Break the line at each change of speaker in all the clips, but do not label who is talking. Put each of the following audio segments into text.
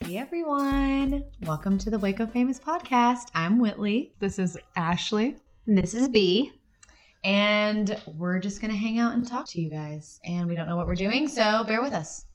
Hey everyone, welcome to the Waco Famous Podcast. I'm Whitley.
This is Ashley.
And this is B. And we're just going to hang out and talk to you guys. And we don't know what we're doing, so bear with us.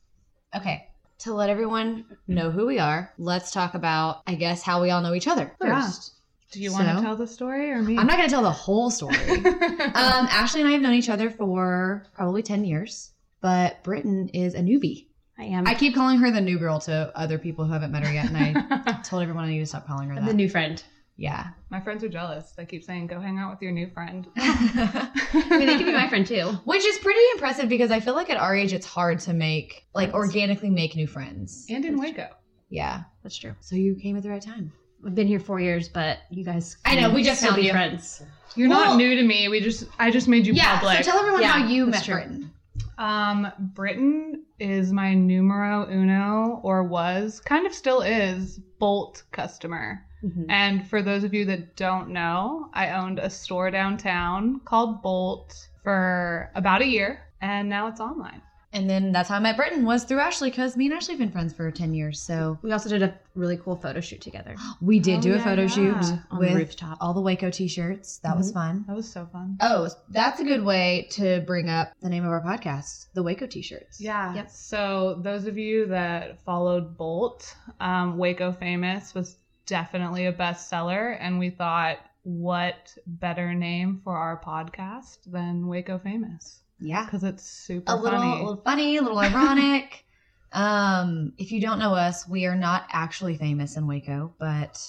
Okay, to let everyone know who we are, let's talk about, I guess, how we all know each other
Yeah.
first.
Do you want
So?
to tell the story or me?
I'm not going to tell the whole story. um, Ashley and I have known each other for probably 10 years, but Britton is a newbie.
I am
I keep calling her the new girl to other people who haven't met her yet, and I told everyone I need to stop calling her that.
the new friend.
yeah.
my friends are jealous. They keep saying, "Go hang out with your new friend."
I mean, they could be my friend too.
Which is pretty impressive because I feel like at our age it's hard to make like organically make new friends.
and in Waco.
Yeah.
That's true.
So you came at the right time.
I've been here four years, but you guys.
I know, we just
still
found
be
you.
friends.
You're
Well-
not new to me. We just I just made you public.
So tell everyone
Yeah,
how you
that's
met
true.
Britton.
um, Britain is my numero uno, or was kind of still is Bolt customer.
Mm-hmm.
And for those of you that don't know, I owned a store downtown called Bolt for about a year, and now it's online.
And then that's how I met Britton was through Ashley because me and Ashley have been friends for ten years. So
We also did a really cool photo shoot together.
we did
Oh,
do a
yeah,
photo
yeah.
shoot
On the
with
rooftop.
all the Waco t-shirts. That was fun.
That was so fun.
Oh, that's a good way to bring up the name of our podcast, the Waco t-shirts.
Yeah.
Yep.
So those of you that followed Bolt, um, Waco Famous was definitely a bestseller, and we thought, what better name for our podcast than Waco Famous?
Yeah.
Because it's super
a little,
funny.
a little funny, a little ironic. um, if you don't know us, we are not actually famous in Waco, but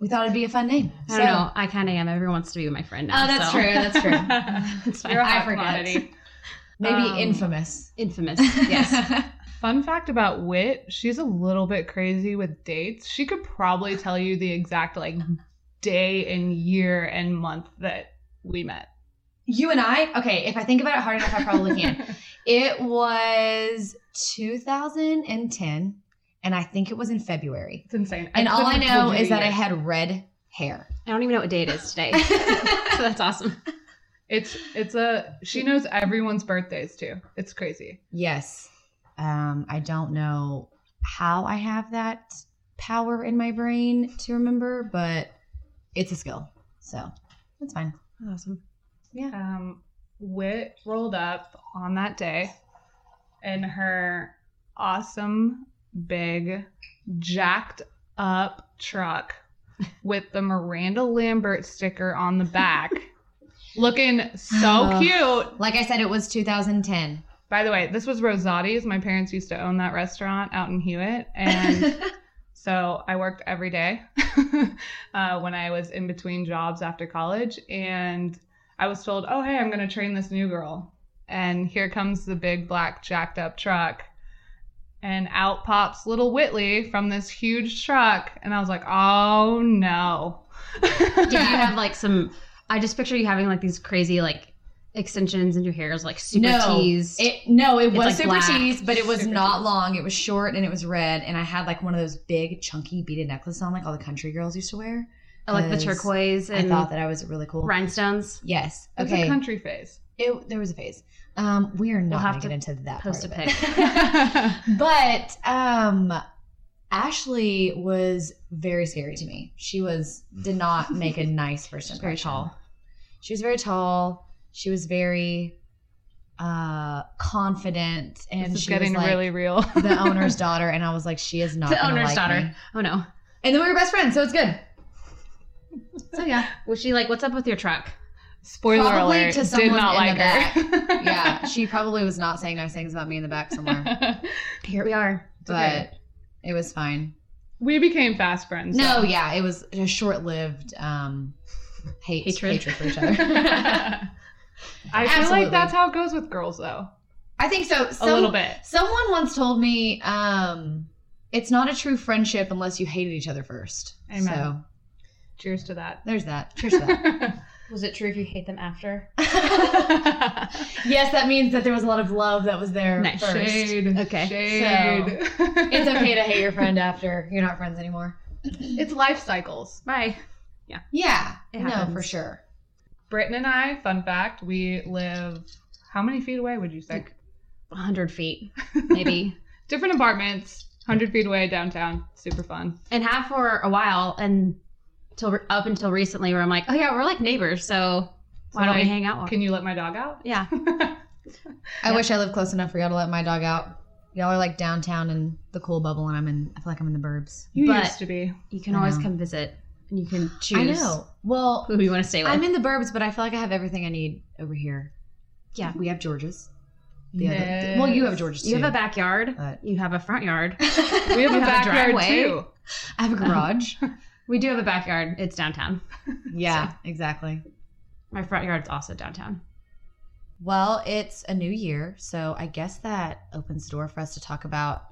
we thought it'd be a fun name.
I don't know. I kind of am. Everyone wants to be my friend now.
Oh, that's
so.
true. That's true.
That's fine.
You're a
I
hot
forget.
commodity.
Maybe
Um,
infamous.
Infamous. Yes.
Fun fact about Wit: she's a little bit crazy with dates. She could probably tell you the exact like day and year and month that we met.
you and I. Okay, if I think about it hard enough, I probably can. it was 2010, and I think it was in February.
It's insane.
And all I
couldn't have
know
told you
is
the
that I
year.
had red hair.
I don't even know what day it is today. so that's awesome.
It's it's a she knows everyone's birthdays too. It's crazy.
Yes. Um, I don't know how I have that power in my brain to remember, but it's a skill. So that's fine.
Awesome.
Yeah.
Um, Wit rolled up on that day in her awesome big jacked up truck with the Miranda Lambert sticker on the back, looking so
Oh.
cute.
Like I said, it was 2010.
By the way, this was Rosati's. My parents used to own that restaurant out in Hewitt, and so I worked every day uh, when I was in between jobs after college. And I was told, "Oh, hey, I'm going to train this new girl," and here comes the big black jacked up truck, and out pops little Whitley from this huge truck, and I was like, "Oh no!"
Did you have like some? I just picture you having like these crazy like extensions in your hair, like super
no,
teased.
it no, it
It's
was
like
super
black.
teased, but it was
Super
not
teased.
long. It was short and it was red, and I had like one of those big chunky beaded necklace on, like all the country girls used to wear.
I like the
'cause
turquoise
I
and
thought that I was really cool.
rhinestones.
Yes.
It's
Okay.
a country phase.
It, there was a phase. Um, we are not
have
going to
to
get into that.
post
part
a
of it. but um, Ashley was very scary to me. She was did not make a nice first
She's very
impression.
tall.
She was very tall. She was very uh confident, and
this is
she was
getting
like
really real.
the owner's daughter. And I was like, she is not
The
gonna
owner's
like
daughter.
me.
Oh no.
And then we were best friends, so it's good.
So yeah, was she like, "What's up with your truck?"
Spoiler
Probably
alert.
to
did
someone
not
in
like
the
her.
Yeah, she probably was not saying nice things about me in the back somewhere.
Here we are.
but
okay.
it was fine.
we became fast friends.
No,
though.
yeah, it was a short-lived um, hate
Hatred.
hatred for each other.
I feel
Absolutely.
like that's how it goes with girls, though.
I think so.
A little bit.
Someone once told me um, it's not a true friendship unless you hated each other first.
Amen.
So
Cheers to that.
there's that. Cheers to
Was it true if you hate them after?
that. yes, that means that there was a lot of love that was there
Nice.
first.
Shade.
Okay.
Shade.
It's okay to hate your friend after you're not friends anymore.
It's life cycles.
Bye.
Yeah,
It
no,
happens.
for sure.
Britton and I, fun fact, we live how many feet away would you say?
hundred feet, maybe,
Different apartments, 100 feet away downtown. Super fun.
and have for a while, and till up until recently, where I'm like, "Oh yeah, we're like neighbors, so why
So,
don't we
like,
hang out?"
Can you let my dog out?
yeah.
I wish I lived close enough for y'all to let my dog out. Y'all are like downtown in the cool bubble, and I'm in. I feel like I'm in the burbs.
You
But-
used to be.
You can
I
always
know.
come visit and you can choose
I know. Well,
who you want to stay with.
I'm in the burbs, but I feel like I have everything I need over here.
Yeah.
we have George's. The other- well, you have George's.
you
too,
have a backyard,
but-
you have a front yard.
We have a
You have a
backyard
driveway.
too.
I have a garage.
We do have a backyard, it's downtown.
yeah, exactly.
My front yard's also downtown.
Well, it's a new year, so I guess that opens the door for us to talk about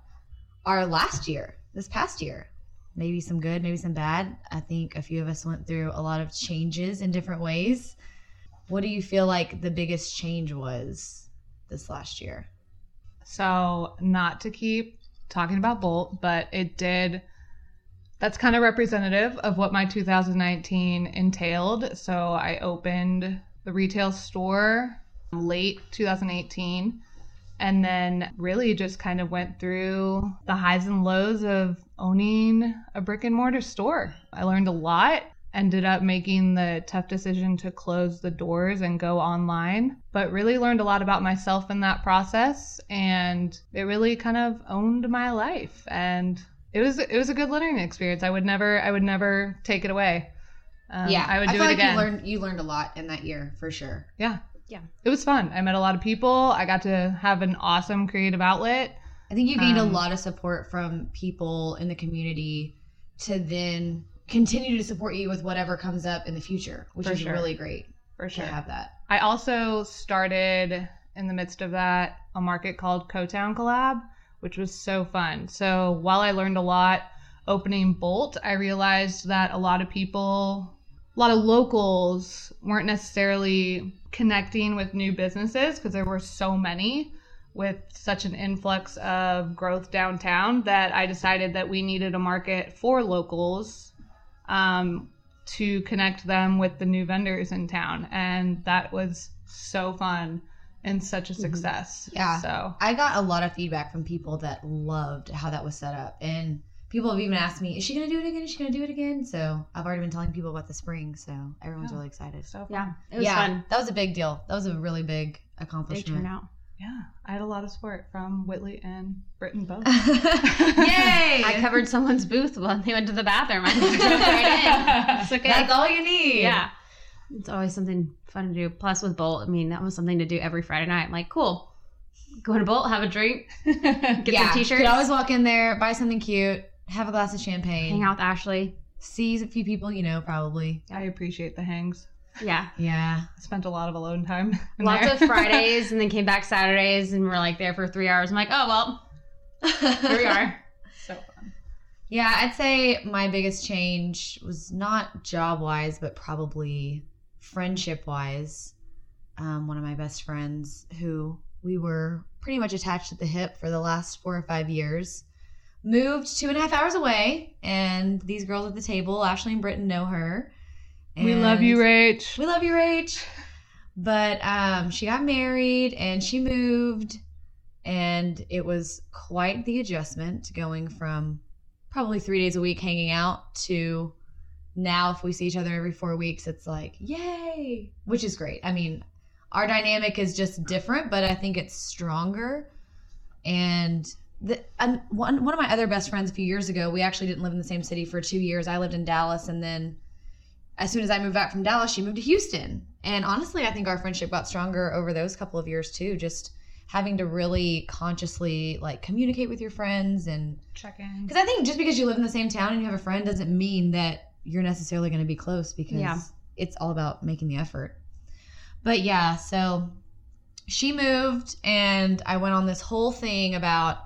our last year, this past year. Maybe some good, maybe some bad. I think a few of us went through a lot of changes in different ways. What do you feel like the biggest change was this last year?
So, not to keep talking about Bolt, but it did. That's kind of representative of what my 2019 entailed. So, I opened the retail store late 2018 and then really just kind of went through the highs and lows of owning a brick and mortar store. I learned a lot, ended up making the tough decision to close the doors and go online, but really learned a lot about myself in that process and it really kind of owned my life and it was it was a good learning experience. I would never I would never take it away. Um, I would do
feel
it
like
again.
you learned you learned a lot in that year for sure.
Yeah.
Yeah.
It was fun. I met a lot of people. I got to have an awesome creative outlet.
I think you gained
Um,
a lot of support from people in the community to then continue to support you with whatever comes up in the future, which
For
is
sure.
really great
For
to have that.
I also started in the midst of that a market called Cotown Collab, which was so fun. So while I learned a lot opening Bolt, I realized that a lot of people, a lot of locals weren't necessarily connecting with new businesses because there were so many with such an influx of growth downtown that I decided that we needed a market for locals. Um, to connect them with the new vendors in town and that was so fun and such a success
Yeah.
so
I got a lot of feedback from people that loved how that was set up. And people have even asked me, is she going to do it again? Is she going to do it again? So I've already been telling people about the spring. So everyone's
Yeah.
really excited.
Oh, so fun.
Yeah. It was
yeah,
fun.
That was a big deal. That was a really big
Big
accomplishment.
turnout.
yeah i had a lot of support from whitley and britton both
Yay!
I covered someone's booth while they went to the bathroom. I just jumped right in. It's okay.
That's all you need.
yeah. It's always something fun to do. Plus with Bolt, I mean, that was something to do every Friday night. I'm like, cool. Go to Bolt, have a drink, get some t-shirts,
Could always walk in there, buy something cute, have a glass of champagne,
hang out with Ashley.
see a few people you know probably.
i appreciate the hangs
Yeah.
Yeah,
I spent a lot of alone time in
Lots
there.
of Fridays and then came back Saturdays and we're like there for three hours. I'm like, oh well, here we are.
so fun
yeah. I'd say my biggest change was not job wise, but probably friendship wise. Um, one of my best friends who we were pretty much attached at the hip for the last four or five years moved two and a half hours away, and these girls at the table, Ashley and Britton, know her.
we love you,
And-
Rach.
We love you, Rach. But um, she got married and she moved, and it was quite the adjustment going from probably three days a week hanging out to now if we see each other every four weeks, it's like, yay, which is great. I mean, our dynamic is just different, but I think it's stronger. And the, and one, one of my other best friends a few years ago, we actually didn't live in the same city for two years. I lived in Dallas, and then as soon as I moved back from Dallas, she moved to Houston. And honestly, I think our friendship got stronger over those couple of years too, just having to really consciously like communicate with your friends and
Check in.
because I think just because you live in the same town and you have a friend doesn't mean that you're necessarily going to be close because
Yeah.
it's all about making the effort. But yeah, so she moved and I went on this whole thing about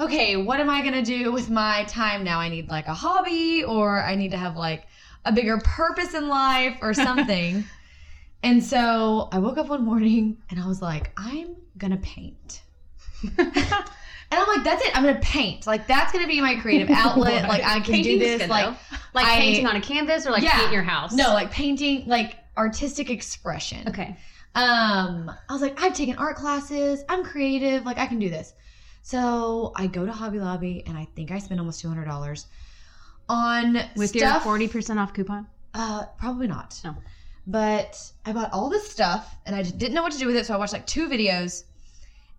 okay, what am I going to do with my time now? I need like a hobby or I need to have like a bigger purpose in life or something. and so I woke up one morning and I was like, I'm going to paint. And I'm like, that's it. I'm gonna paint. Like that's gonna be my creative outlet. like I can do
Painting's
this.
good,
Like
though. like
I-
painting on a canvas or like
Yeah.
paint your house.
no, like painting, like artistic expression.
Okay.
Um, I was like, I've taken art classes. I'm creative. Like I can do this. So I go to Hobby Lobby and I think I spent almost two hundred dollars on
With your
stuff-
forty Oh. percent off coupon.
Uh, probably not.
No.
But I bought all this stuff and I just didn't know what to do with it. So I watched like two videos.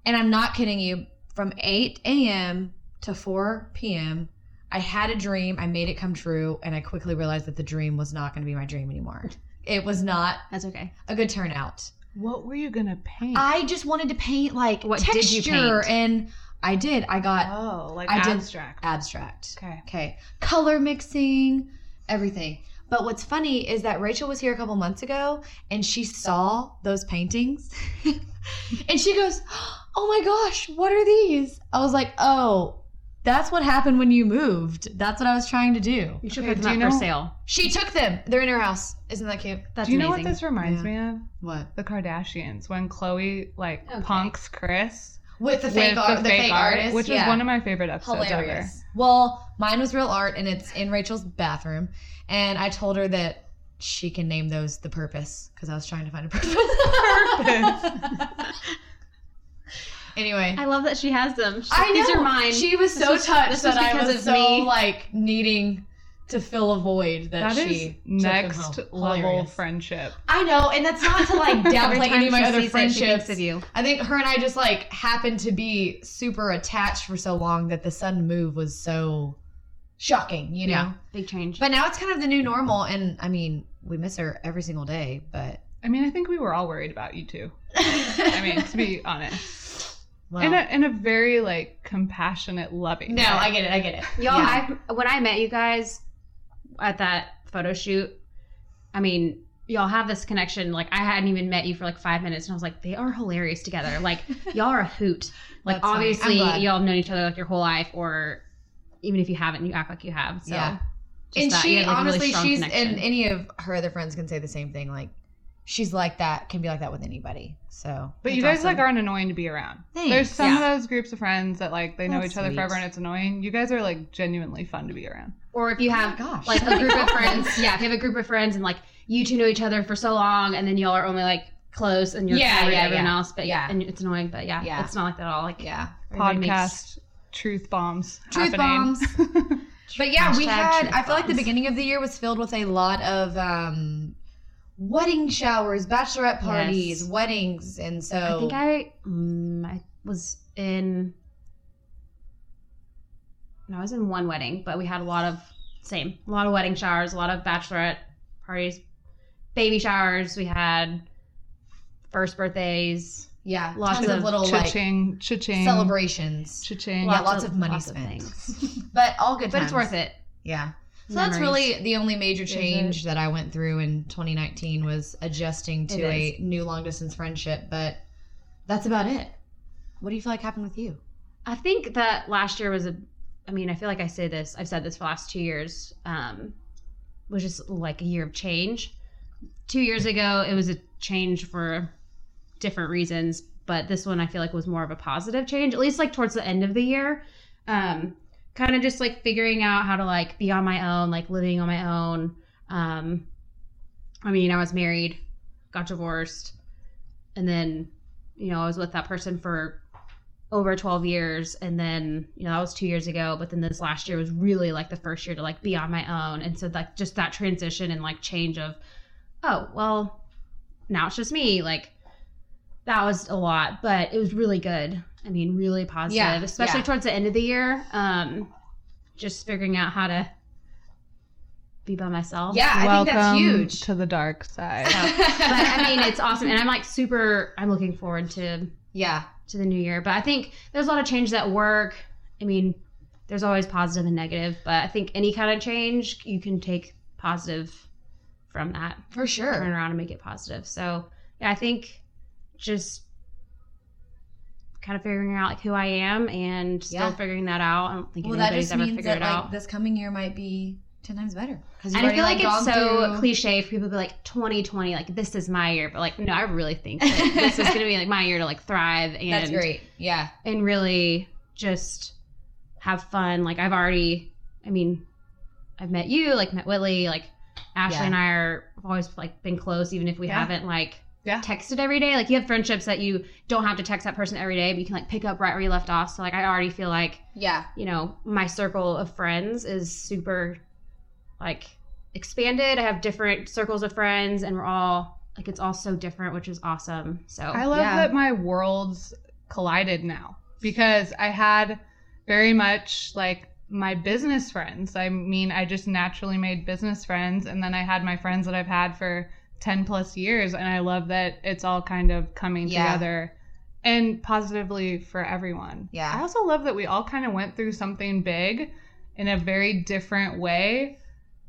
And I'm not kidding you, from 8 a.m. to 4 p.m., I had a dream. I made it come true. And I quickly realized that the dream was not going to be my dream anymore. It was not
That's okay.
a good turnout.
What were you gonna paint?
I just wanted to paint like
What
texture.
did you paint?
And I did. I got
oh, like
I did-
abstract.
abstract.
Okay.
Okay. Color mixing, everything. But what's funny is that Rachel was here a couple months ago and she saw those paintings. and she goes, Oh my gosh, what are these? I was like, Oh, that's what happened when you moved. That's what I was trying to do.
You should
Okay,
put
do
them
you
up for
know-
sale.
She took them. They're in her house. Isn't that cute?
That's
Do you know
amazing.
what this reminds me of?
What?
The Kardashians when Chloe like
Okay.
punks Chris
With the fake, art, the fake, artist.
which
yeah.
is one of my favorite episodes ever.
hilarious. Well, mine was real art, and it's in Rachel's bathroom. And I told her that she can name those the purpose because I was trying to find a purpose. anyway,
I love that she has them. She's
I
like, These
know.
are mine.
She was so
This was-
touched
this was
that I
because
was
of
so
me.
like needing to fill a void that,
That is
she took them
next
home.
level
Hilarious.
friendship.
I know, and that's not to like
Every
downplay
time
any of my
she
other
sees it, she
friendships.
thinks of you.
I think her and I just like happened to be super attached for so long that the sudden move was so shocking, you know.
Yeah. Big change.
But now it's kind of the new normal, and I mean, we miss her every single day. But
I mean, I think we were all worried about you two. I
I
mean, to be honest,
well,
in a in a very like compassionate, loving.
no,
way.
I get it, I get it.
Y'all,
Yeah.
I when I met you guys at that photo shoot, I mean, y'all have this connection. Like I hadn't even met you for like five minutes, and I was like, they are hilarious together. Like y'all are a hoot. Like
That's funny.
obviously,
I'm glad.
y'all have known each other like your whole life, or even if you haven't, you act like you have. So
Yeah.
just
and
that you
she
have, like, a really
honestly,
strong
she's
connection.
and any of her other friends can say the same thing. Like, she's like that, can be like that with anybody. So,
But you guys
that's
like
awesome.
aren't annoying to be around.
Thanks.
There's some
Yeah.
of those groups of friends that like they know
That's
each other
sweet.
forever and it's annoying. You guys are like genuinely fun to be around.
or if you have
gosh.
like a group of friends, yeah, if you have a group of friends and like you two know each other for so long, and then y'all are only like close and you're
Yeah,
covered
yeah,
everyone
yeah.
else, but
Yeah.
yeah, and it's annoying, but yeah,
Yeah.
it's not like that at all. Like
yeah,
everybody makes-
Podcast truth bombs.
truth
happening.
bombs. But yeah, we
Hashtag
had.
truth
I feel like the
bombs.
beginning of the year was filled with a lot of um, wedding showers, bachelorette parties,
Yes.
weddings, and so
I think I mm, I was in. No, I was in one wedding, but we had a lot of same, a lot of wedding showers, a lot of bachelorette parties, baby showers. We had first birthdays,
yeah,
Lots
tons of,
of
little like
Cha-ching, cha-ching,
celebrations.
cha-ching.
Yeah, lots of money spent.
things.
But all good.
but it's worth it.
Yeah. So that's
Memories.
really the only major
Is
change that I went through in 2019 was adjusting to
It
a new long distance friendship. But that's about it. What do you feel like happened with you?
I think that last year was a. I mean, I feel like I say this. I've said this for the last two years. Um, was just like a year of change. Two years ago, it was a change for different reasons, but this one I feel like was more of a positive change. At least like towards the end of the year, because kind of Um, just like figuring out how to like be on my own, like living on my own. Um, I mean, I was married, got divorced, and then you know I was with that person for over 12 years and then you know that was two years ago but then this last year was really like the first year to like be on my own and so like just that transition and like change of oh well now it's just me like that was a lot but it was really good i mean really positive
Yeah,
especially
yeah.
towards the end of the year um just figuring out how to be by myself
Yeah, I think that's
Welcome
huge.
to the dark side.
but i mean it's awesome and i'm like super i'm looking forward to
yeah,
to the new year. But I think there's a lot of changes at work. I mean, there's always positive and negative, but I think any kind of change you can take positive from that,
for
turn
sure.
around and make it positive. So yeah, I think just kind of figuring out like who I am and still
Yeah.
figuring that out. I don't think
Well, that
anybody's
just
ever
means
figured
that
it
like
out.
this coming year might be ten times better. Because
and I feel like, it's so cliche for people to be like 2020, like this is my year, but like no, I really think that this is gonna be like my year to like thrive and
That's great. Yeah,
and really just have fun. Like I've already, I mean, I've met you, like met Whitley, like Ashley
Yeah.
and I are have always like been close, even if we
Yeah.
haven't like
Yeah.
texted every day. Like you have friendships that you don't have to text that person every day, but you can like pick up right where you left off. So like I already feel like
yeah,
you know my circle of friends is super like expanded. I have different circles of friends, and we're all like it's all so different, which is awesome. So
I love
Yeah.
that my worlds collided now because I had very much like my business friends. I mean, I just naturally made business friends, and then I had my friends that I've had for 10 plus years, and I love that it's all kind of coming
Yeah.
together and positively for everyone.
Yeah.
I also love that we all kind of went through something big in a very different way,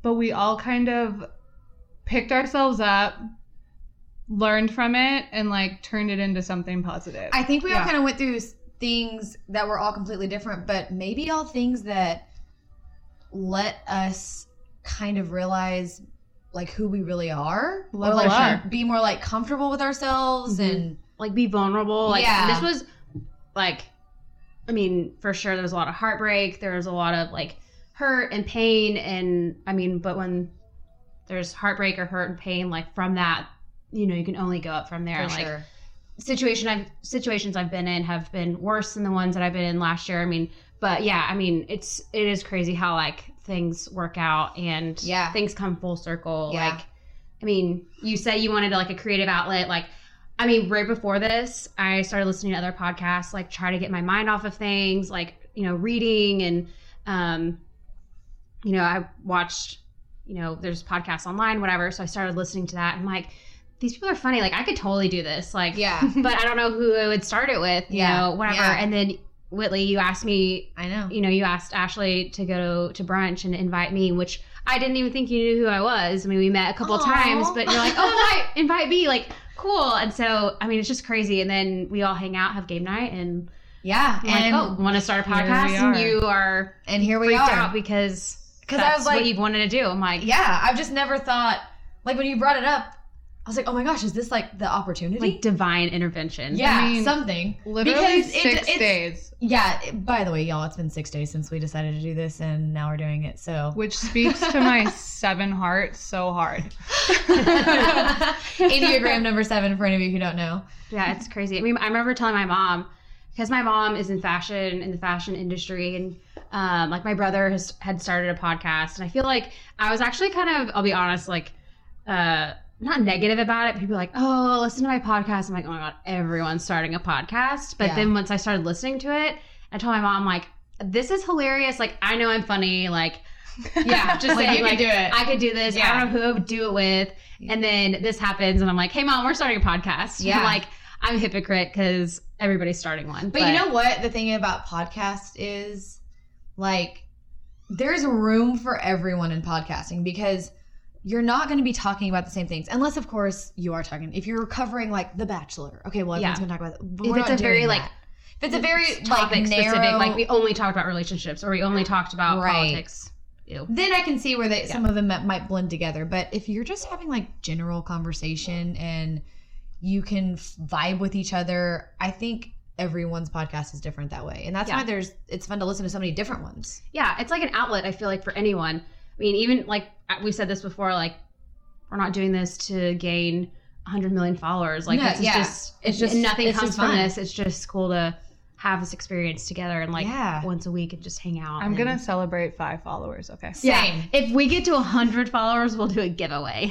but we all kind of picked ourselves up, learned from it, and like turned it into something positive.
I think we all
Yeah.
kind of went through s- things that were all completely different, but maybe all things that let us kind of realize like who we really are, or
Level
like
up.
be more like comfortable with ourselves
Mhm.
and
like be vulnerable. Like
Yeah.
this was like I mean, for sure there was a lot of heartbreak, there was a lot of like hurt and pain and I mean, but when there's heartbreak or hurt and pain like from that, you know, you can only go up from there.
for
like
sure.
situation I've situations I've been in have been worse than the ones that I've been in last year. I mean, but yeah, I mean, it's it is crazy how like things work out and
Yeah.
things come full circle.
Yeah.
Like, I mean, you said you wanted like a creative outlet. Like, I mean, right before this, I started listening to other podcasts, like try to get my mind off of things, like you know, reading and um, you know, I watched you know, there's podcasts online, whatever. So I started listening to that. and like, these people are funny. Like, I could totally do this. Like,
Yeah.
but I don't know who I would start it with, you
Yeah.
know, whatever.
Yeah.
And then Whitley, you asked me,
I know.
you know, you asked Ashley to go to brunch and invite me, which I didn't even think you knew who I was. I mean, we met a couple
Aw.
times, but you're like, oh, invite, invite me, like, cool. And so, I mean, it's just crazy. And then we all hang out, have game night, and
Yeah.
I'm
And
like, oh, want to start a
here we
podcast? And
are.
you are
and here we
freaked
are.
out because
'Cause I
that's
was
what
like-
you've wanted to do. I'm like,
yeah, I've just never thought like when you brought it up, I was like, "Oh my gosh, is this like the opportunity?"
like divine intervention.
yeah,
I mean,
something.
Literally
Because it-
six
it's-
days.
Yeah, it- by the way, y'all, it's been 6 days since we decided to do this and now we're doing it. So,
Which speaks to my seven heart so hard.
Enneagram number seven for any of you who don't know.
Yeah, it's crazy. I mean, I remember telling my mom because my mom is in fashion in the fashion industry, and um, like my brother has had started a podcast, and I feel like I was actually kind of, I'll be honest, like uh, not negative about it. People are like, oh, listen to my podcast. I'm like, oh my god, everyone's starting a podcast. But
Yeah.
then once I started listening to it, I told my mom like, this is hilarious. Like I know I'm funny. Like yeah, just
Like,
saying,
you can
like,
do it.
I could do this. I
Yeah.
don't know who I would do it with. And then this happens, and I'm like, hey, mom, we're starting a podcast.
Yeah.
I'm like, I'm a hypocrite because everybody's starting one.
But, you know what? The thing about podcasts is like there's room for everyone in podcasting because you're not going to be talking about the same things unless of course you are talking if you're covering like the bachelor okay well
Yeah.
everyone's going to talk about that. But
If
we're
it's
not
a very,
doing
like,
that. if it's a very
topic
like narrow
specific. Like, we only talked about relationships or we only talked about
Right.
politics. Ew.
then I can see where they, some of them mi- might blend together. But if you're just having like general conversation and you can f- vibe with each other, I think everyone's podcast is different that way. And that's
Yeah.
why there's it's fun to listen to so many different ones.
yeah, it's like an outlet. I feel like for anyone. I mean, even like we said this before, like we're not doing this to gain 100 million followers. Like
No,
this is
yeah.
just it's
It's
just
just-
nothing
it's
comes
just
from
fun.
this. It's just cool to have this experience together and like
Yeah.
once a week and just hang out.
I'm
and-
gonna celebrate five followers. Okay.
yeah.
Same.
If we get to 100 followers, we'll do a giveaway.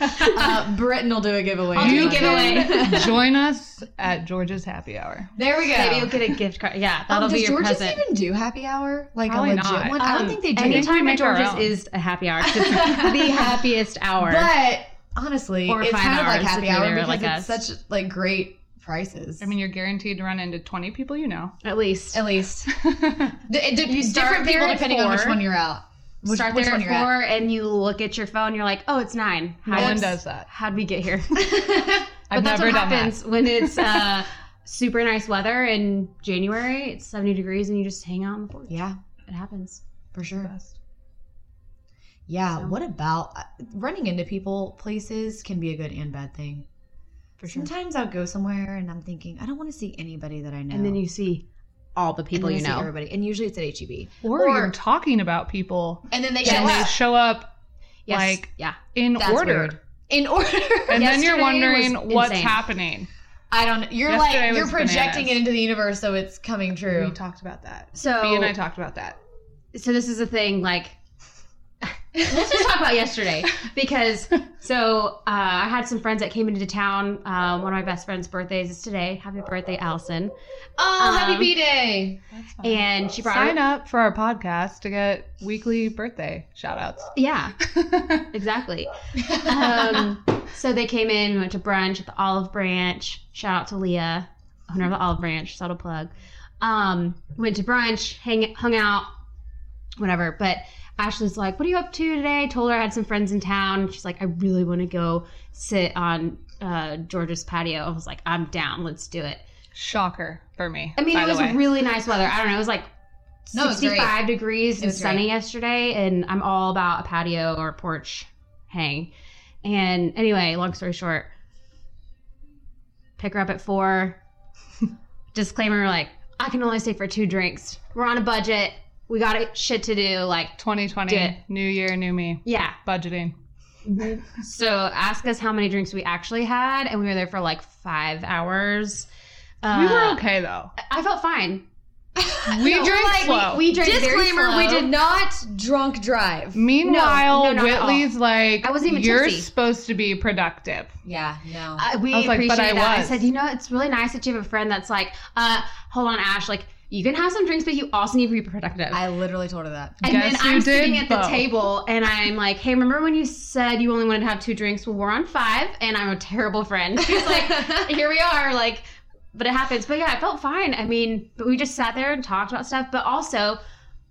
uh, Britton will do a giveaway.
I'll do
You
a giveaway.
can join us at George's Happy Hour.
There we go.
Maybe you'll get a gift card. Yeah, that'll
um,
be
does
your
George's
present.
even do happy hour? Like
Probably
a legit
not.
one? I don't
Um,
think they do.
Anytime
We
at
make our
George's
own.
is a happy hour. 'cause It's the happiest hour.
But honestly,
Or
it's
five
kind of like
hours
happy
if you're
hour
there
because
like
it's
us.
such like great prices.
I mean, you're guaranteed to run into 20 people you know.
at least.
at least D- it d- different
start there
people
at
depending on which
four.
one you're out. Which,
start
which
there
one
at
you're
four and you look at your phone you're like oh it's nine
No
How-
one does that.
how'd we get here
at.
but
I've
that's
never done
what
that.
happens when it's uh, super nice weather in january it's 70 degrees and you just hang out on the porch
yeah,
it happens
for sure.
Best.
Yeah.
So-
What about uh, running into people? Places can be a good and bad thing.
for
Sometimes I'll go somewhere and I'm thinking I don't want to see anybody that I know.
and then you see all the
And
people
then
you
I see
know
everybody, and usually it's at HEB.
Or,
Or-
you're talking about people
And then they
and
show
they
up
show up
yes
Like-
yeah
in
That's
order.
weird. in order.
And then you're
Yesterday
wondering
was
what's
insane.
happening.
I don't. You're
Yesterday
like you're
was
projecting
bananas.
it into the universe, so it's coming
We
true.
talked about that.
so
Bea and I talked about that.
so this is a thing like let's just talk about yesterday because so uh, i had some friends that came into town uh,
Oh.
one of my best friends birthdays is today happy birthday allison
Oh, happy
Um,
B day!
and she brought
Oh, Sign up for our podcast to get weekly birthday shout outs.
yeah exactly um, so they came in, we went to brunch at the Olive Branch. Shout out to Leah, owner of the Olive Branch. Subtle plug. Um, went to brunch, hang, hung out, whatever. But Ashley's like, "What are you up to today?" I told her I had some friends in town. She's like, "I really want to go sit on uh, George's patio." I was like, "I'm down. Let's do it."
Shocker for me.
I mean,
by
it
the
was
way.
really nice weather. I don't know. It was like
No, it was great.
65 degrees
It
and
was
sunny
great.
yesterday, and I'm all about a patio or porch hang. And anyway, long story short, pick her up at four. Disclaimer like, I can only stay for two drinks. We're on a budget. We got shit to do. Like,
2020,
Did.
new year, new me,
yeah.
budgeting.
So ask us how many drinks we actually had, and we were there for like five hours.
we were
Uh,
okay though.
I felt fine.
We
No,
drank
like, we-
slow.
We, drank very
Disclaimer: We
slow.
did not drunk drive.
Meanwhile,
No, no, not at all.
Whitley's like,
I wasn't even
you're
tipsy."
supposed to be productive.
Yeah, no.
I, we
I was like,
appreciate
but I
that. I
was.
said, you know, it's really nice that you have a friend that's like, uh, hold on, Ash, like you can have some drinks, but you also need to be productive.
I literally told her that.
and
Guess
then
who
I'm sitting
did
at the
both?
table and I'm like, hey, remember when you said you only wanted to have two drinks? Well, we're on five, and I'm a terrible friend. She's like, here we are, like, but it happens. But yeah, I felt fine. I mean, but we just sat there and talked about stuff. But also,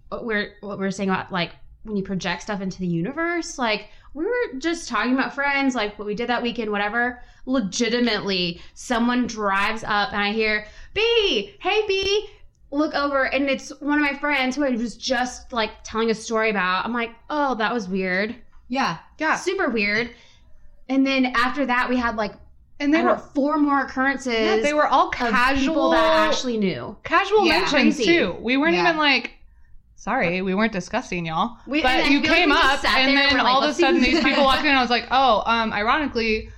what we're what we we're saying about like when you project stuff into the universe, like we were just talking about friends, like what we did that weekend, whatever. Legitimately, someone drives up and I hear, B, hey B, look over and it's one of my friends who I was just like telling a story about. I'm like, oh, that was weird.
Yeah,
Yeah.
Super weird. And then after that we had like
And they
I don't
were
know, four more occurrences
yeah, they were all
of people
casual
that Ashley knew.
casual
Yeah.
mentions
Crazy.
too. We weren't
Yeah.
even like Sorry, we weren't discussing y'all.
We- and I
but you
feel like
came
we just
up,
sat
and
there
then
and we're like,
all of a
"Let's see
sudden,
who's
these
talking
people
about."
walked in. and I was like, "Oh, um, ironically,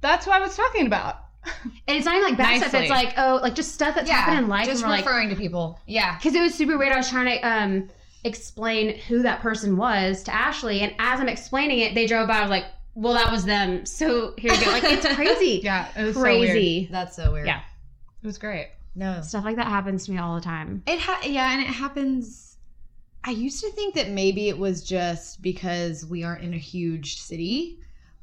that's who I was talking about."
And it's not even like bad stuff. It's
Nicely.
like, oh, like just stuff that's
yeah.
happened in life.
just
and we're like,
referring to people. Yeah,
because it was super weird. I was trying to um explain who that person was to Ashley, and as I'm explaining it, they drove by. I was like, "Well, that was them." So here you go. Like it's crazy,
Yeah, it was so weird.
crazy
that's so weird.
Yeah.
It was great.
no.
stuff like that happens to me all the time.
It ha- yeah, and it happens. I used to think that maybe it was just because we aren't in a huge city,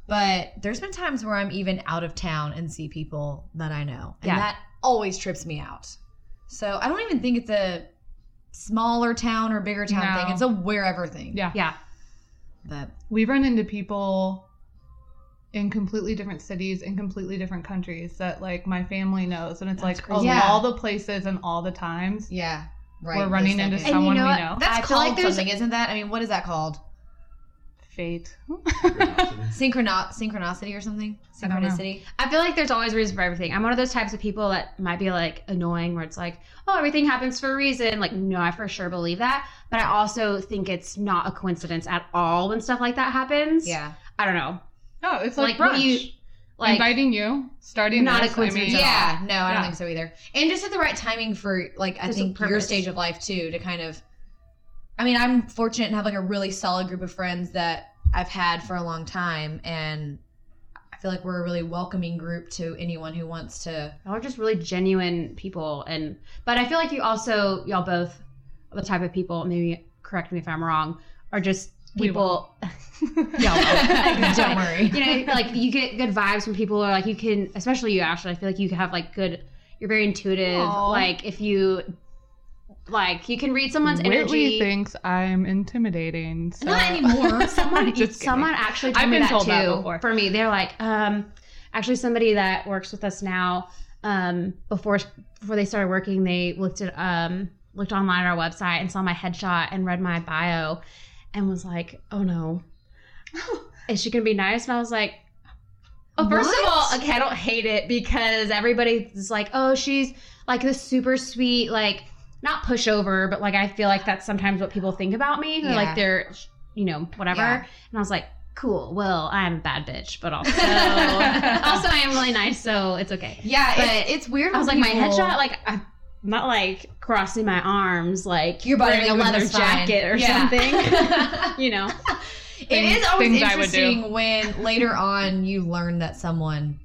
but there's been times where I'm even out of town and see people that I know, and
Yeah.
that always trips me out. So I don't even think it's a smaller town or bigger town
No.
thing. It's a wherever thing.
Yeah.
Yeah,
But
We've run into people in completely different cities in completely different countries that like my family knows, and it's
That's
like
crazy.
of
Yeah.
all the places and all the times
yeah, right.
we're running
those
into
second.
And you
someone
know
we
what?
know.
That's
I feel
called
like there's-
something, isn't that? I mean, what is that called?
fate.
Synchrono- synchronicity or something?
I don't know.
Synchronicity.
I feel like there's always a reason for everything. I'm one of those types of people that might be like annoying, where it's like, oh, everything happens for a reason. Like, no, I for sure believe that, but I also think it's not a coincidence at all when stuff like that happens.
Yeah.
I don't know.
Oh, it's like,
what
brunch.
you like.
Inviting you, starting
Not a
this, I
coincidence
mean-
at all.
Yeah, no, I
Yeah.
don't think so either. And just at the right timing for like I
There's a
think your
purpose.
stage of life too to kind of I mean, I'm fortunate and have like a really solid group of friends that I've had for a long time and I feel like we're a really welcoming group to anyone who wants to
y'all are just really genuine people, and but I feel like you also y'all both are the type of people. Maybe correct me if I'm wrong. Are just
We
people.
Y'all will.
Exactly.
Don't worry.
you know, like you get good vibes from people, or like you can, especially you, Ashley. I feel like you have like good. You're very intuitive.
Aw.
Like if you, like you can read someone's
Whitley
energy.
thinks I'm intimidating. So.
Not anymore.
Someone,
Just kidding.
someone actually told
I've
me
been
that
told
too.
that before.
For me, they're like, um, actually, somebody that works with us now, um, before before they started working, they looked at um looked online at our website and saw my headshot and read my bio, and was like, oh no, is she gonna be nice? And I was like. Oh, first of all,
What?
okay, I don't hate it because everybody's like, oh, she's like this super sweet, like not pushover, but like I feel like that's sometimes what people think about me. They're
Yeah.
Like they're, you know, whatever.
Yeah.
And I was like, cool. Well, I'm a bad bitch, but also, also I am really nice, so it's okay.
yeah,
But
it's, it's weird.
I was like,
when
my
people-
headshot, like I'm not like crossing my arms, like
Your body
wearing a
language
leather
was fine.
jacket or
Yeah.
something. you know,
It is always
things I would do.
interesting when later on you learn that someone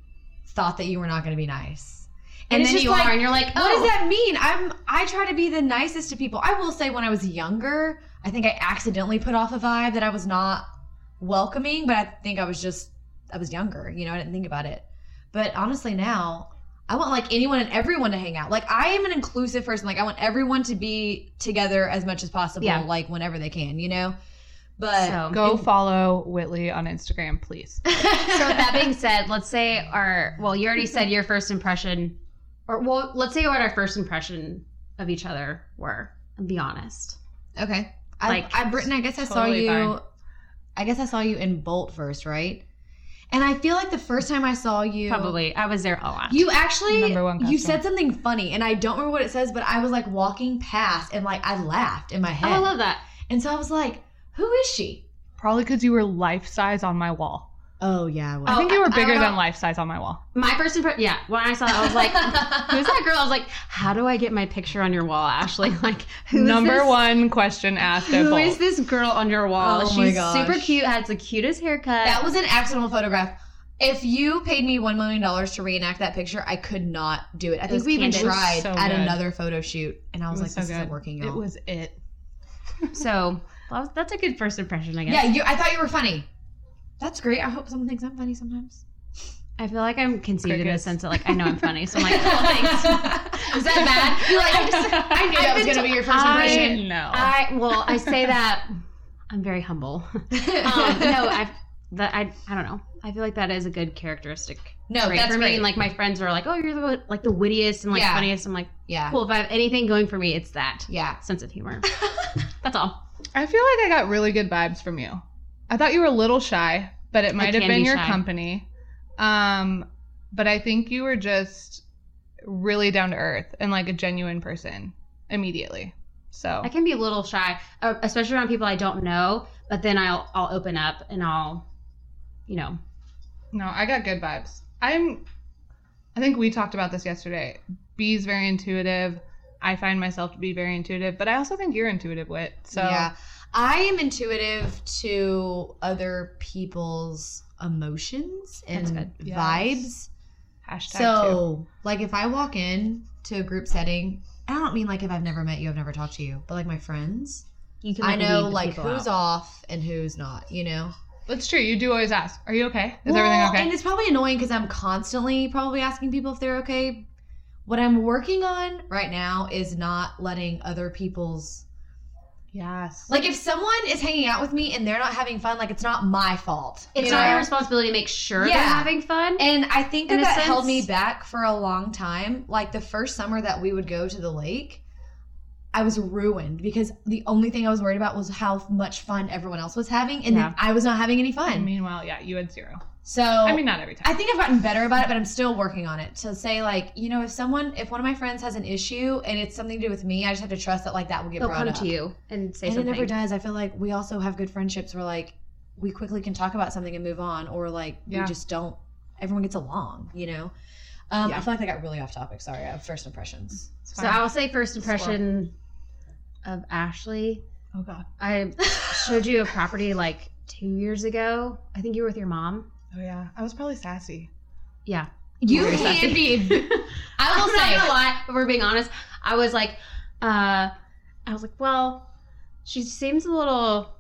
thought that you were not going to be nice.
and,
then
then you
like,
are, and you're like, oh,
What does that mean? I'm I try to be the nicest to people. I will say when I was younger, I think I accidentally put off a vibe that I was not welcoming, but I think I was just I was younger, you know, I didn't think about it. But honestly now, I want like anyone and everyone to hang out. Like I am an inclusive person. Like I want everyone to be together as much as possible,
Yeah.
like whenever they can, you know? But
So-
Go follow Whitley on Instagram, please.
so with that being said, let's say our well, you already said your first impression, or well, let's say what our first impression of each other were. And be honest.
Okay.
Like,
I, I Britton, I guess I saw
totally
you.
fine.
I guess I saw you in Bolt first, right? And I feel like the first time I saw you,
Probably, I was there a lot.
you actually
Number one
you
customer.
said something funny, and I don't remember what it says, but I was like walking past, and like I laughed in my
oh,
head,
I love that.
and so I was like, "Who is she?"
Probably because you were life size on my wall.
Oh yeah, I was.
Oh,
I think you
I- I
were
don't
bigger
know.
than life size on my wall.
My first impression, yeah. When I saw it, I was like, "Who's that girl?" I was like, "How do I get my picture on your wall, Ashley?" Like, who's
Number
this?
one question asked at
Who
Bolt.
is this girl on your wall?
Oh my
She's
gosh.
super cute. Has the cutest haircut.
that was an accidental photograph. If you paid me one million dollars to reenact that picture, I could not do it. I think
was
we even
candid. It
was
tried
so
at
good.
another photo shoot, and I was,
It
like,
so
"This isn't
good.
working."
It
Y'all.
was it.
so. that was- That's a good first impression, I guess.
Yeah, you, I thought you were funny. That's great. I hope someone thinks I'm funny sometimes.
I feel like I'm conceited in the
Crickets.
sense that, like, I know I'm funny, so I'm like, "Oh, thanks."
Is that bad? You're like, I, just, I knew that was going to be your first
I-
impression.
no.
I well, I say that I'm very humble. um, no, I that I I don't know. I feel like that is a good characteristic
no,
trait
Oh, that's
for me.
great.
And like my friends are like, "Oh, you're the like the wittiest and like
Yeah.
funniest." I'm like,
yeah.
"Cool. If I have anything going for me, it's that
Yeah.
sense of humor." That's all.
I feel like I got really good vibes from you. I thought you were a little shy, but it might have
can
been
be
your
shy.
company. Um, but I think you were just really down to earth and like a genuine person immediately. So
I can be a little shy, uh, especially around people I don't know. But then I'll I'll open up and I'll, you know,
no, I got good vibes. I'm. I think we talked about this yesterday. B's very intuitive. I find myself to be very intuitive, but I also think you're intuitive, Wit. So
yeah. I am intuitive to other people's emotions and
That's good.
Yes.
vibes.
hashtag too.
So, like, if I walk in to a group setting, I don't mean like if I've never met you, I've never talked to you, but like my friends,
you can.
I know
lead
like
people
who's
out.
off and who's not, you know?
That's true. You do always ask, "Are you okay? Is
Well,
everything okay?"
And it's probably annoying because I'm constantly probably asking people if they're okay. What I'm working on right now is not letting other people's
yes.
like if someone is hanging out with me and they're not having fun, like it's not my fault.
It's
you
not
know?
your responsibility to make sure
Yeah.
they're having fun.
And I think that,
In a
that held
sense-
me back for a long time. Like the first summer that we would go to the lake, I was ruined because the only thing I was worried about was how much fun everyone else was having, and
Yeah.
then I was not having any fun.
And meanwhile, yeah, you had zero.
so
I mean, not every time.
I think I've gotten better about it, but I'm still working on it. So say like, you know, if someone, if one of my friends has an issue and it's something to do with me, I just have to trust that like that will get
They'll
brought
come
up.
to you and say
and
something.
it never does. I feel like we also have good friendships where like we quickly can talk about something and move on, or like
Yeah.
we just don't. Everyone gets along, you know. Um,
Yeah.
I feel like I got really off topic. Sorry, uh, first impressions.
It's
So
fine.
I will say first impression of Ashley.
oh god.
I showed you a property like two years ago. I think you were with your mom.
Oh yeah. I was probably sassy.
Yeah.
You
Very sassy.
can be. I
I'm
will
not gonna
say.
lie, if we're being honest, I was like, uh, I was like, well, she seems a little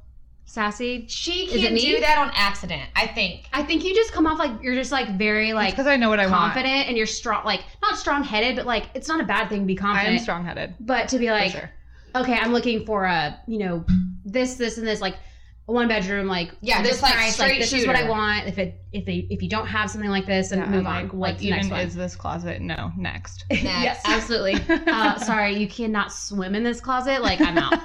sassy.
She
Is it
can
me?
do that on accident. I think.
I think you just come off like you're just like very like
because I know what I want.
confident and you're strong, like not strong headed, but like it's not a bad thing to be
I
confident.
am strong headed.
But to be like,
for sure.
okay, I'm looking for a, you know, this, this, and this, like a one bedroom, like
Yeah,
this
just, like, straight
this is what I
shooter.
want. If it, if they, if you don't have something like this, then
Yeah,
move
I'm
on.
like,
Like
what
the next
even
one.
is this closet? No, next.
yes,
Next.
absolutely. uh, sorry, you cannot swim in this closet. Like I'm out.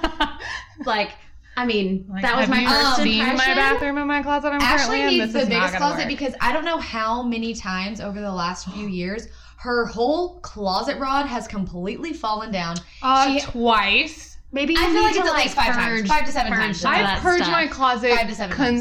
like, I mean,
Like,
that was
have
my
you
first
seen my
impression.
bathroom and my closet I'm
Ashley
currently in.
needs
this
the
is not
biggest
gonna
closet
work.
because I don't know how many times over the last few years her whole closet rod has completely fallen down.
uh,
she-
twice.
Maybe you
I feel
need
like
to,
it's at
like,
least five times,
purge-
five to seven
purge
times.
some of
I've
that
I purge
stuff.
my closet
Five to seven times.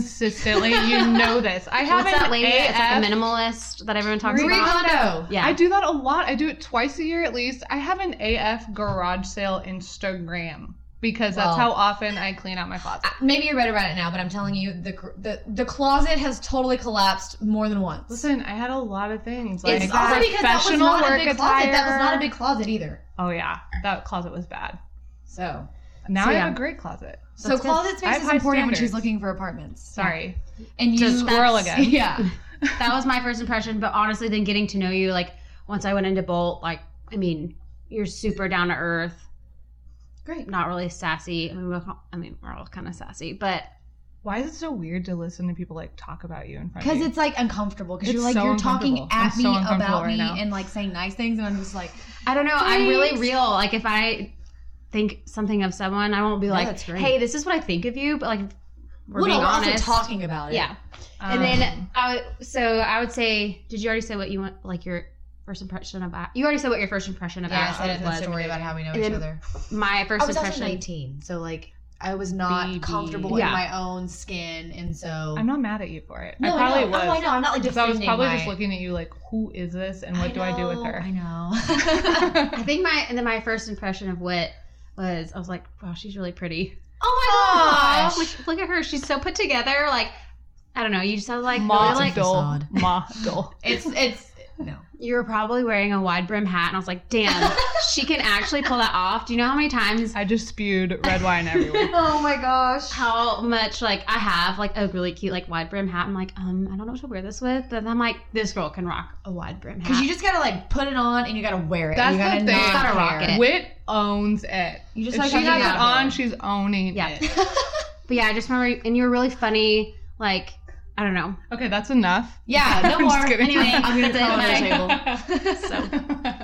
consistently. you know this. I have
What's
an
that lady that's like
AF
a minimalist that everyone talks
Marie
about?
Kondo.
Yeah.
I do that a lot. I do it twice a year at least. I have an AF garage sale Instagram because that's
Well.
how often I clean out my closet.
Maybe you're better about it now, but I'm telling you, the gr- the, the closet has totally collapsed more than once.
Listen, I had a lot of things. Like
it's also because that was
professional
not a
work
big closet. That was not a
attire.
big closet either.
Oh yeah, that closet was bad.
So,
Now
So,
I
yeah.
have a great closet.
so
That's good.
closet
I
space
have
is
high
important when she's
standards.
looking for apartments.
Sorry.
and you
Just squirrel
that's-
again.
Yeah,
that was my first impression. But honestly, then getting to know you, like once I went into Bolt, like I mean, you're super down to earth,
great.
not really sassy. I mean, we're, I mean, we're all kind of sassy, but
Why is it so weird to listen to people like talk about you in front of
Because
you?
it's like uncomfortable. Because
It's
you're like
so
you're talking
uncomfortable.
at
I'm
me
so uncomfortable
about
right
me
now.
and like saying nice things, and I'm just like,
I don't know. I'm really
Please.
real. Like if I think something of someone, I won't be
No,
like,
that's great.
hey, this is what I think of you. But like, if we're
what
being
are
honest.
also talking about it?
yeah.
Um,
and then I w- so I would say, did you already say what you want? Like your first impression of Ash- you already said what your first impression of
yeah. I said
Ashley
it in the
was.
story about how we know
And
each
then
other.
My first
I was also
impression.
19, so like I was not
Baby.
comfortable
Yeah.
in my own skin, and so
I'm not mad at you for it.
No,
I probably
know.
was.
Oh, I know. I'm not like
Because I was
defending
probably
my-
just looking at you like, who is this and what do I do with
know,
her?
I know.
I think my and then my first impression of Wit was I was like, wow, she's really pretty.
oh my gosh.
Look, look at her, she's so put together. Like, I don't know, you sound like really, like
Model.
facade.
Model.
It's it's no.
you were probably wearing a wide brim hat, and I was like, damn, she can actually pull that off. Do you know how many times?
I just spewed red wine everywhere.
Oh my gosh.
How much like I have like a really cute like wide brim hat. I'm like, um, I don't know what to wear this with, but I'm like, this girl can rock a wide brim hat.
Because you just gotta like put it on and you gotta wear it.
That's
you gotta
the thing.
Not
Gotta
care.
rock it.
Wit owns it.
You just
if
like
she
have to
has
get
it
out
on,
there.
she's owning
Yeah.
it.
but yeah, I just remember, and you were really funny. Like, I don't know.
Okay, that's enough.
Yeah, no
I'm
more.
just kidding.
Anyway,
I'm gonna
that's it.
call
My-
it a table.
so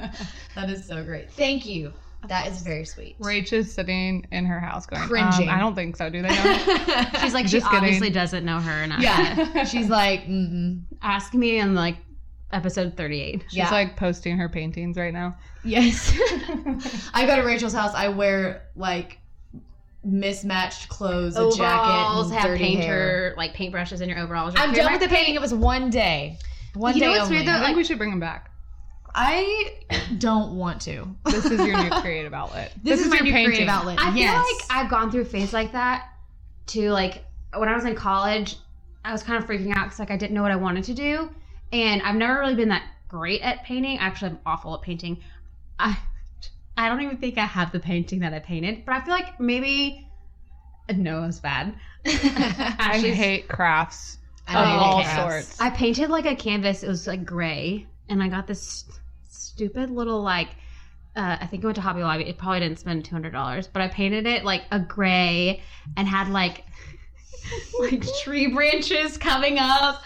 That is so great. Thank you. That is very sweet.
Rach is sitting in her house going, um,
Cringing.
I don't think so. Do they know?
She's like,
Just
she
kidding.
obviously doesn't know her, and I
yeah. She's like, mm
ask me in like episode 38.
She's like posting her paintings right now.
yes. I go to Rachel's house. I wear like mismatched clothes, a jacket,
Overalls
and
have
dirty hair.
painter like paintbrushes in your overalls.
I'm
Your
done with the painting. It was one day. One
You
day
know what's
only.
weird,
I
though?
think
Like-
we should bring them back.
I don't want to.
This is your new creative outlet.
This, is, my
your
new
painting.
creative outlet.
I
yes.
feel like I've gone through a phase like that too. Like when I was in college, I was kind of freaking out because like I didn't know what I wanted to do, and I've never really been that great at painting. Actually, I'm awful at painting. I I don't even think I have the painting that I painted, but I feel like maybe no, it's bad.
I
Ashley's-
hate crafts
I
of
don't
hate
all
crafts.
sorts.
I painted like a canvas. It was like gray, and I got this st- stupid little like. Uh, I think I went to Hobby Lobby. It probably didn't spend two hundred dollars, but I painted it like a gray and had like like tree branches coming up.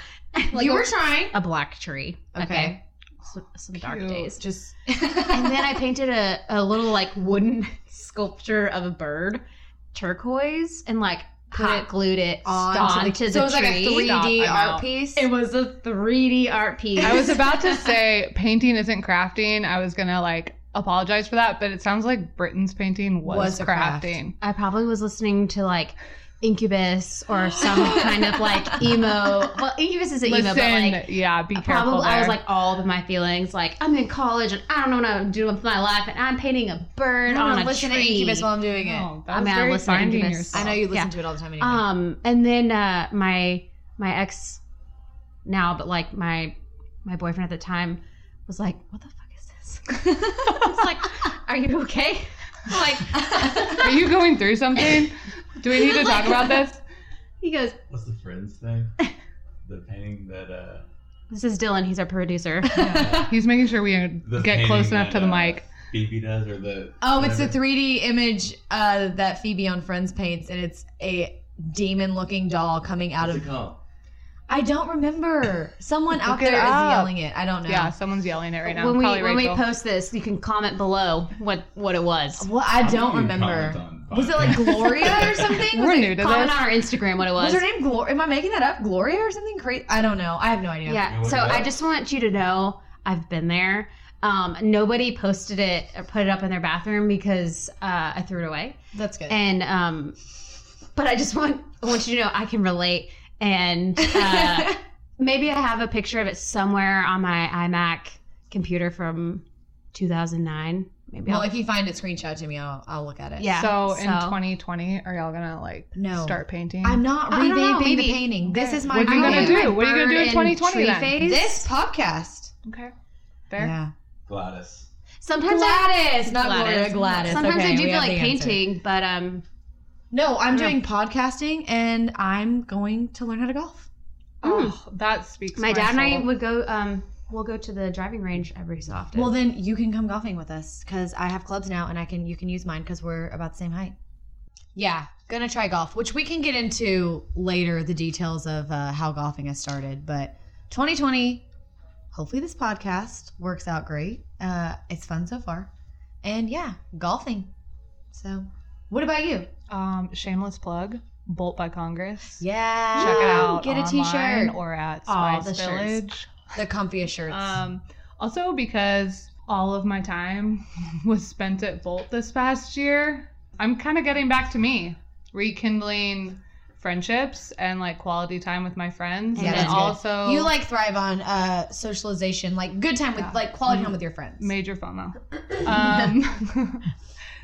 Like
you
a,
were trying.
a black tree.
oh. Okay.
some, some dark
Cute.
days.
Just
and then I painted a, a little like wooden sculpture of a bird, turquoise, and like
Put
hot
it
glued it
onto
onto
the-
the,
so it was like a
tree.
three-
3D
Stop, I'm
art
out.
piece.
it was a 3D art piece.
I was about to say painting isn't crafting. I was gonna like apologize for that, but it sounds like Britain's painting was,
Was a craft.
crafting.
I probably was listening to like Incubus or some kind of like emo. Well, Incubus is an emo,
Listen,
but like.
yeah, be careful.
Probably, I was
there.
like all of my feelings. Like I'm in college and I don't know what I'm doing with my life, and I'm painting a bird
I'm
on
gonna
a
listen
tree.
to Incubus while I'm doing it.
Oh, that
I
was
mean, I
very
listen to
finding
Incubus.
yourself.
I know you listen
Yeah.
to it all the time anyway.
Um, and then uh, my my ex now, but like my my boyfriend at the time was like, "What the fuck is this?" It's like, "Are you okay?" Like
Are you going through something? Do we need to talk about this?
he goes,
What's the Friends thing? the painting that uh.
"This is Dylan. He's our producer."
He's making sure we
the
get close
painting
enough to the
that, uh,
mic.
Phoebe does or the.
oh, it's a
whatever.
3D image uh, that Phoebe on Friends paints, and it's a demon-looking doll coming out
What's
of.
it called?
I don't remember. Someone out
Look it
there is
up.
yelling it. I don't know.
Yeah, someone's yelling it right now.
when we
Probably
when we
Rachel.
post this, you can comment below what what it was.
Well, I
I'm
don't
gonna comment
remember.
on
Was it like
podcasts.
Gloria or something? Was
we're
it-
new to
Comment
this.
on our Instagram what it
Was
was.
her name Gloria? Am I making that up? Gloria or something crazy? I don't know. I have no idea.
Yeah.
You look
So
it up.
I just want you to know I've been there. Um, nobody posted it or put it up in their bathroom because uh, I threw it away.
That's good.
and um but i just want i want you to know i can relate and uh, maybe i have a picture of it somewhere on my imac computer from 2009 maybe
well,
I'll,
if you find a screenshot to me, I'll, I'll look at it.
yeah
So in 2020, are y'all gonna like
No.
start painting?
I'm not
I don't know,
revamping the
maybe.
painting. This is my
What are you
I'm
gonna
in
goal.
do?
my
What are you gonna do in
bird and
2020
tree
then?
phase.
This podcast.
okay. Fair.
Yeah.
Gladys.
sometimes
Gladys,
I,
not Gloria, Gladys.
Sometimes
Okay,
I
we
do feel
have the
like
answer.
painting, but um,
No, I'm
I don't
doing podcasting and I'm going to learn how to golf.
Oh, that speaks.
my
to
dad and I
soul.
would go. Um, we'll go to the driving range every so often.
Well, then you can come golfing with us because I have clubs now and I can you can use mine because we're about the same height. Yeah, gonna try golf, which we can get into later the details of uh, how golfing has started. But 2020, hopefully this podcast works out great. Uh, it's fun so far, and yeah, golfing. So, what about you?
Um, shameless plug. Bolt by Congress.
Yeah,
Check it out.
Get a
online
t-shirt.
or at
Aw,
Spice
the shirts.
Village.
the comfiest shirts.
Um, also because all of my time was spent at Volt this past year, I'm kind of getting back to me, rekindling friendships and like quality time with my friends,
Yeah,
and
that's
then
good.
also
you like thrive on uh, socialization, like good time with
Yeah.
like quality
Mhm.
time with your friends.
major FOMO. Um,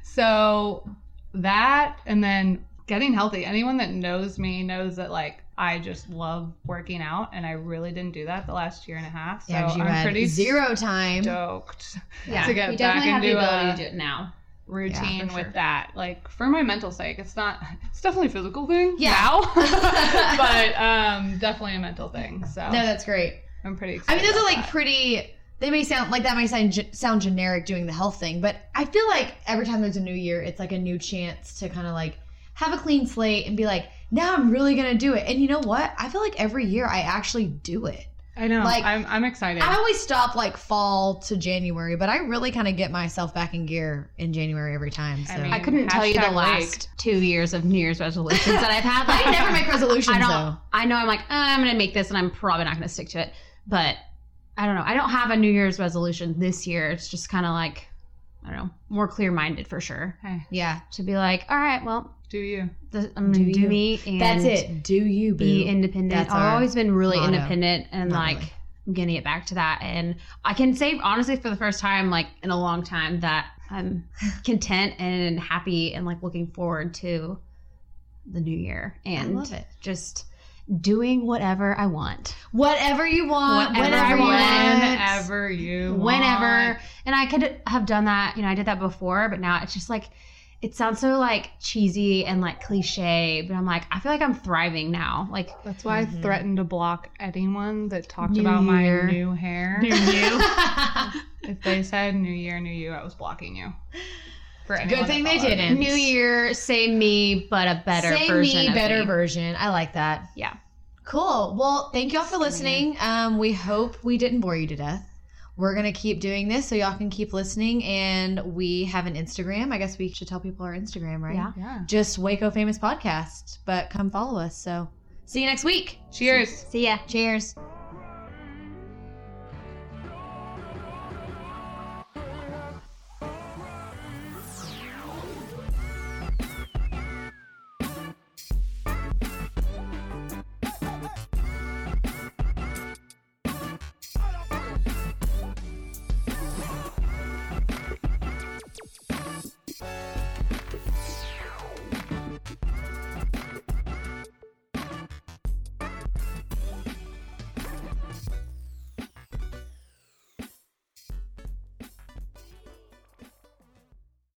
so that and then getting healthy. Anyone that knows me knows that like I just love working out, and I really didn't do that the last year and a half. So
yeah, 'cause you
I'm
had
pretty
zero time.
stoked.
yeah,
to get
we
back
definitely have the
into,
ability
uh,
to do it now.
routine
for
with
sure.
that. Like for my mental sake, it's not. It's definitely a physical thing.
Yeah.
now, but um, definitely a mental thing. So
No, that's great.
I'm pretty
I
excited.
mean, those are
about
like
that.
pretty. They may sound like that may sound ge- sound generic doing the health thing, but I feel like every time there's a new year, it's like a new chance to kind of like have a clean slate and be like, now I'm really gonna do it. And you know what? I feel like every year I actually do it.
I know.
like-
I'm I'm excited.
I always stop like fall to January, but I really kind of get myself back in gear in January every time. So
I
I,
mean-
I couldn't tell you the
Hashtag
last two years of New Year's resolutions that I've had. Like,
never make resolutions
I
though.
don't. I know. I'm like, "Uh, I'm gonna make this, and I'm probably not gonna stick to it. But I don't know. I don't have a New Year's resolution this year. It's just kind of like, I don't know, more clear minded for sure
Hey,
Yeah,
to be like, all right, well,
do you?
the, I'm
Do
gonna do,
you.
me, and
that's it. Do you boo?
Be independent.
That's our
I've always been really
motto.
independent, and
Not
like,
really.
I'm gonna get back to that. And I can say honestly, for the first time, like in a long time, that I'm content and happy, and like looking forward to the new year and
love it.
just doing whatever I want.
Whatever you want,
Whatever
whatever,
I
you
want.
want.
Whenever you.
whenever
want.
and i could have done that you know i did that before but now it's just like it sounds so like cheesy and like cliche but i'm like i feel like i'm thriving now like
That's why
Mhm.
I threatened to block anyone that talked
Mm-hmm. New
about my
year.
new hair.
you
if they said New Year, New You, I was blocking you. For anyone
Good
that
thing they
thought that.
didn't.
new year same me but a better
Same
version
me,
of
better
me.
version. I like that.
Yeah.
Cool. Well, thank y'all for listening. Um, we hope we didn't bore you to death. we're going to keep doing this so y'all can keep listening. And we have an Instagram. I guess we should tell people our Instagram, right?
Yeah.
Yeah.
Just Waco Famous Podcast, but come follow us. So see you next week.
Cheers.
See ya.
Cheers.